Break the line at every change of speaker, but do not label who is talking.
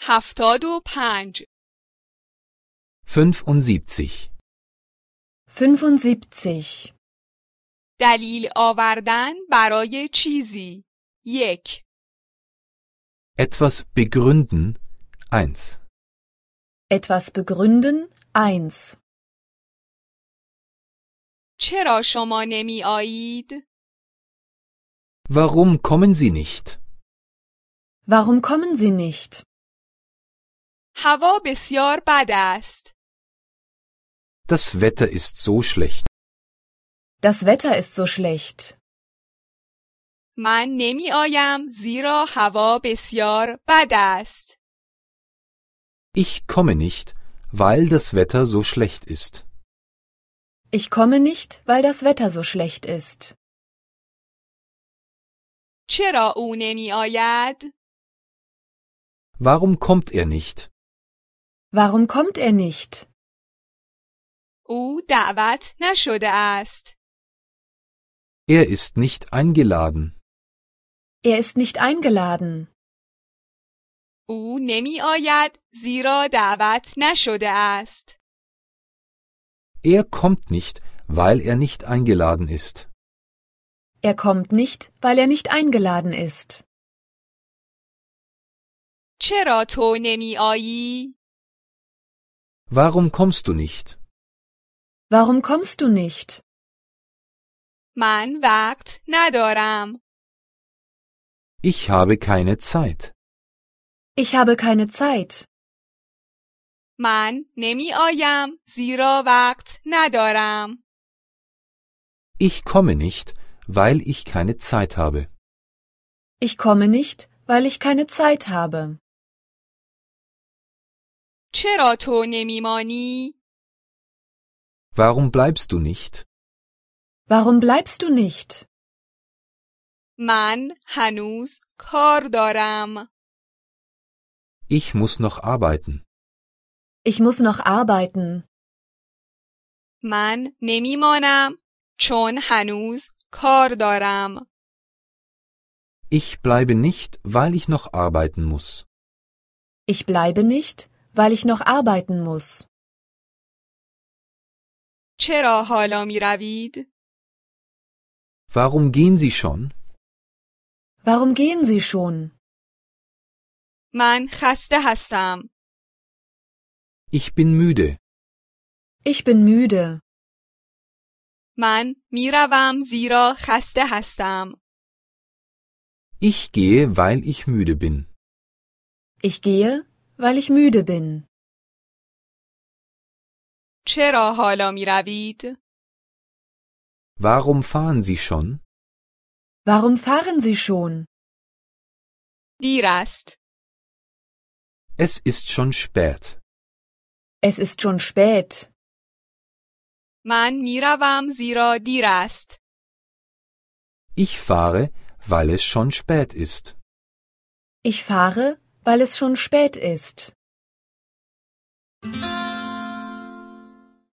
هفتاد و پنج
75.
75.
دلیل آوردن برای چیزی یک
Etwas begründen 1.
Etwas begründen 1.
چرا شما نمی آیید؟
Warum kommen Sie nicht?
Warum kommen Sie nicht?
هوا بسیار بد است.
Das Wetter ist so schlecht.
Das Wetter ist so schlecht.
من نمی آیم زیرا هوا بسیار بد است.
Ich komme nicht, weil das Wetter so schlecht ist.
Ich komme nicht, weil das Wetter so schlecht ist.
چرا او نمی آید؟
Warum kommt er nicht?
Warum kommt er nicht?
او دعوت نشده است.
Er ist nicht eingeladen.
Er ist nicht eingeladen.
او نمی آید زیرا دعوت نشده است.
Er kommt nicht, weil er nicht eingeladen ist.
Er kommt nicht, weil er nicht eingeladen ist.
چرا تو نمی آیی؟
Warum kommst du nicht?
Warum kommst du nicht?
من وقت ندارم.
Ich habe keine Zeit.
Ich habe keine Zeit.
من نمی آیم زیرا وقت ندارم.
Ich komme nicht, weil ich keine Zeit habe.
Ich komme nicht, weil ich keine Zeit habe.
چرا تو نمیمانی؟
Warum bleibst du nicht?
Warum bleibst du nicht?
من هنوز کار دارم.
Ich muss noch arbeiten.
Ich muss noch arbeiten.
من نمیمانم چون هنوز کار دارم.
Ich bleibe nicht, weil ich noch arbeiten muss.
Ich bleibe nicht, weil ich noch arbeiten muss.
چرا حالا می روید؟
Warum gehen Sie schon?
Warum gehen Sie schon?
من خسته هستم.
Ich bin müde.
Ich bin müde.
من میروم زیرا خسته هستم.
Ich gehe, weil ich müde bin.
Ich gehe, weil ich müde bin.
چرا حالا می روید؟
Warum fahren Sie schon?
Warum fahren Sie schon?
دیر است.
Es ist schon spät.
Es ist schon spät.
من میروم زیرا دیر است.
Ich fahre, weil es schon spät ist.
Ich fahre, weil es schon spät ist.